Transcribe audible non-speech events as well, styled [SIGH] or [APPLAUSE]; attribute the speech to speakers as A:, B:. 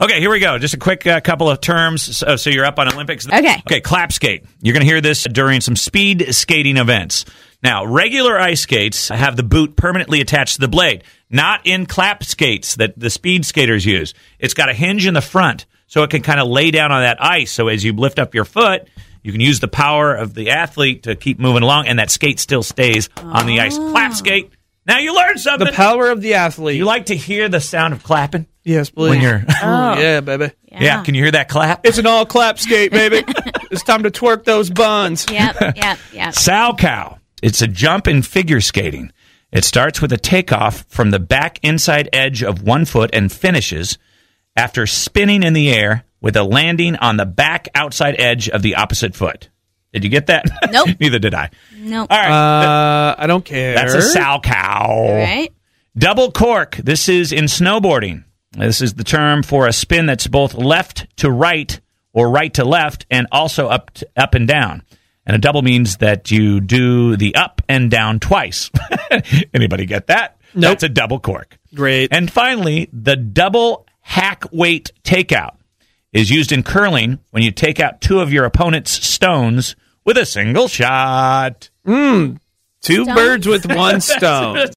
A: Okay, here we go. Just a quick uh, couple of terms. So, so you're up on Olympics.
B: Okay.
A: Okay, clap skate. You're going to hear this during some speed skating events. Now, regular ice skates have the boot permanently attached to the blade, not in clap skates that the speed skaters use. It's got a hinge in the front so it can kind of lay down on that ice. So as you lift up your foot, you can use the power of the athlete to keep moving along, and that skate still stays on the ice. Clap skate. Now you learn something.
C: The power of the athlete.
A: you like to hear the sound of clapping
C: yes, please.
A: when you're. [LAUGHS]
B: Oh.
C: yeah, baby.
A: Yeah. can you hear that clap?
C: It's an all clap skate, [LAUGHS] baby. it's time to twerk those buns.
A: [LAUGHS]
B: Yep, yep, yep.
A: Sow cow. It's a jump in figure skating. It starts with a takeoff from the back inside edge of one foot and finishes after spinning in the air with a landing on the back outside edge of the opposite foot. Did you get that?
B: Nope.
A: [LAUGHS] Neither did I.
B: Nope.
A: All right.
C: Uh, I don't care.
A: That's a sow cow.
B: All right.
A: Double cork. This is in snowboarding. This is the term for a spin that's both left to right or right to left and also up to, up and down. And a double means that you do the up and down twice. [LAUGHS] Anybody get that?
C: Nope.
A: That's a double cork.
C: Great.
A: And finally, the double hack weight takeout is used in curling when you take out two of your opponent's stones with a single shot.
C: [LAUGHS] Two birds with one stone.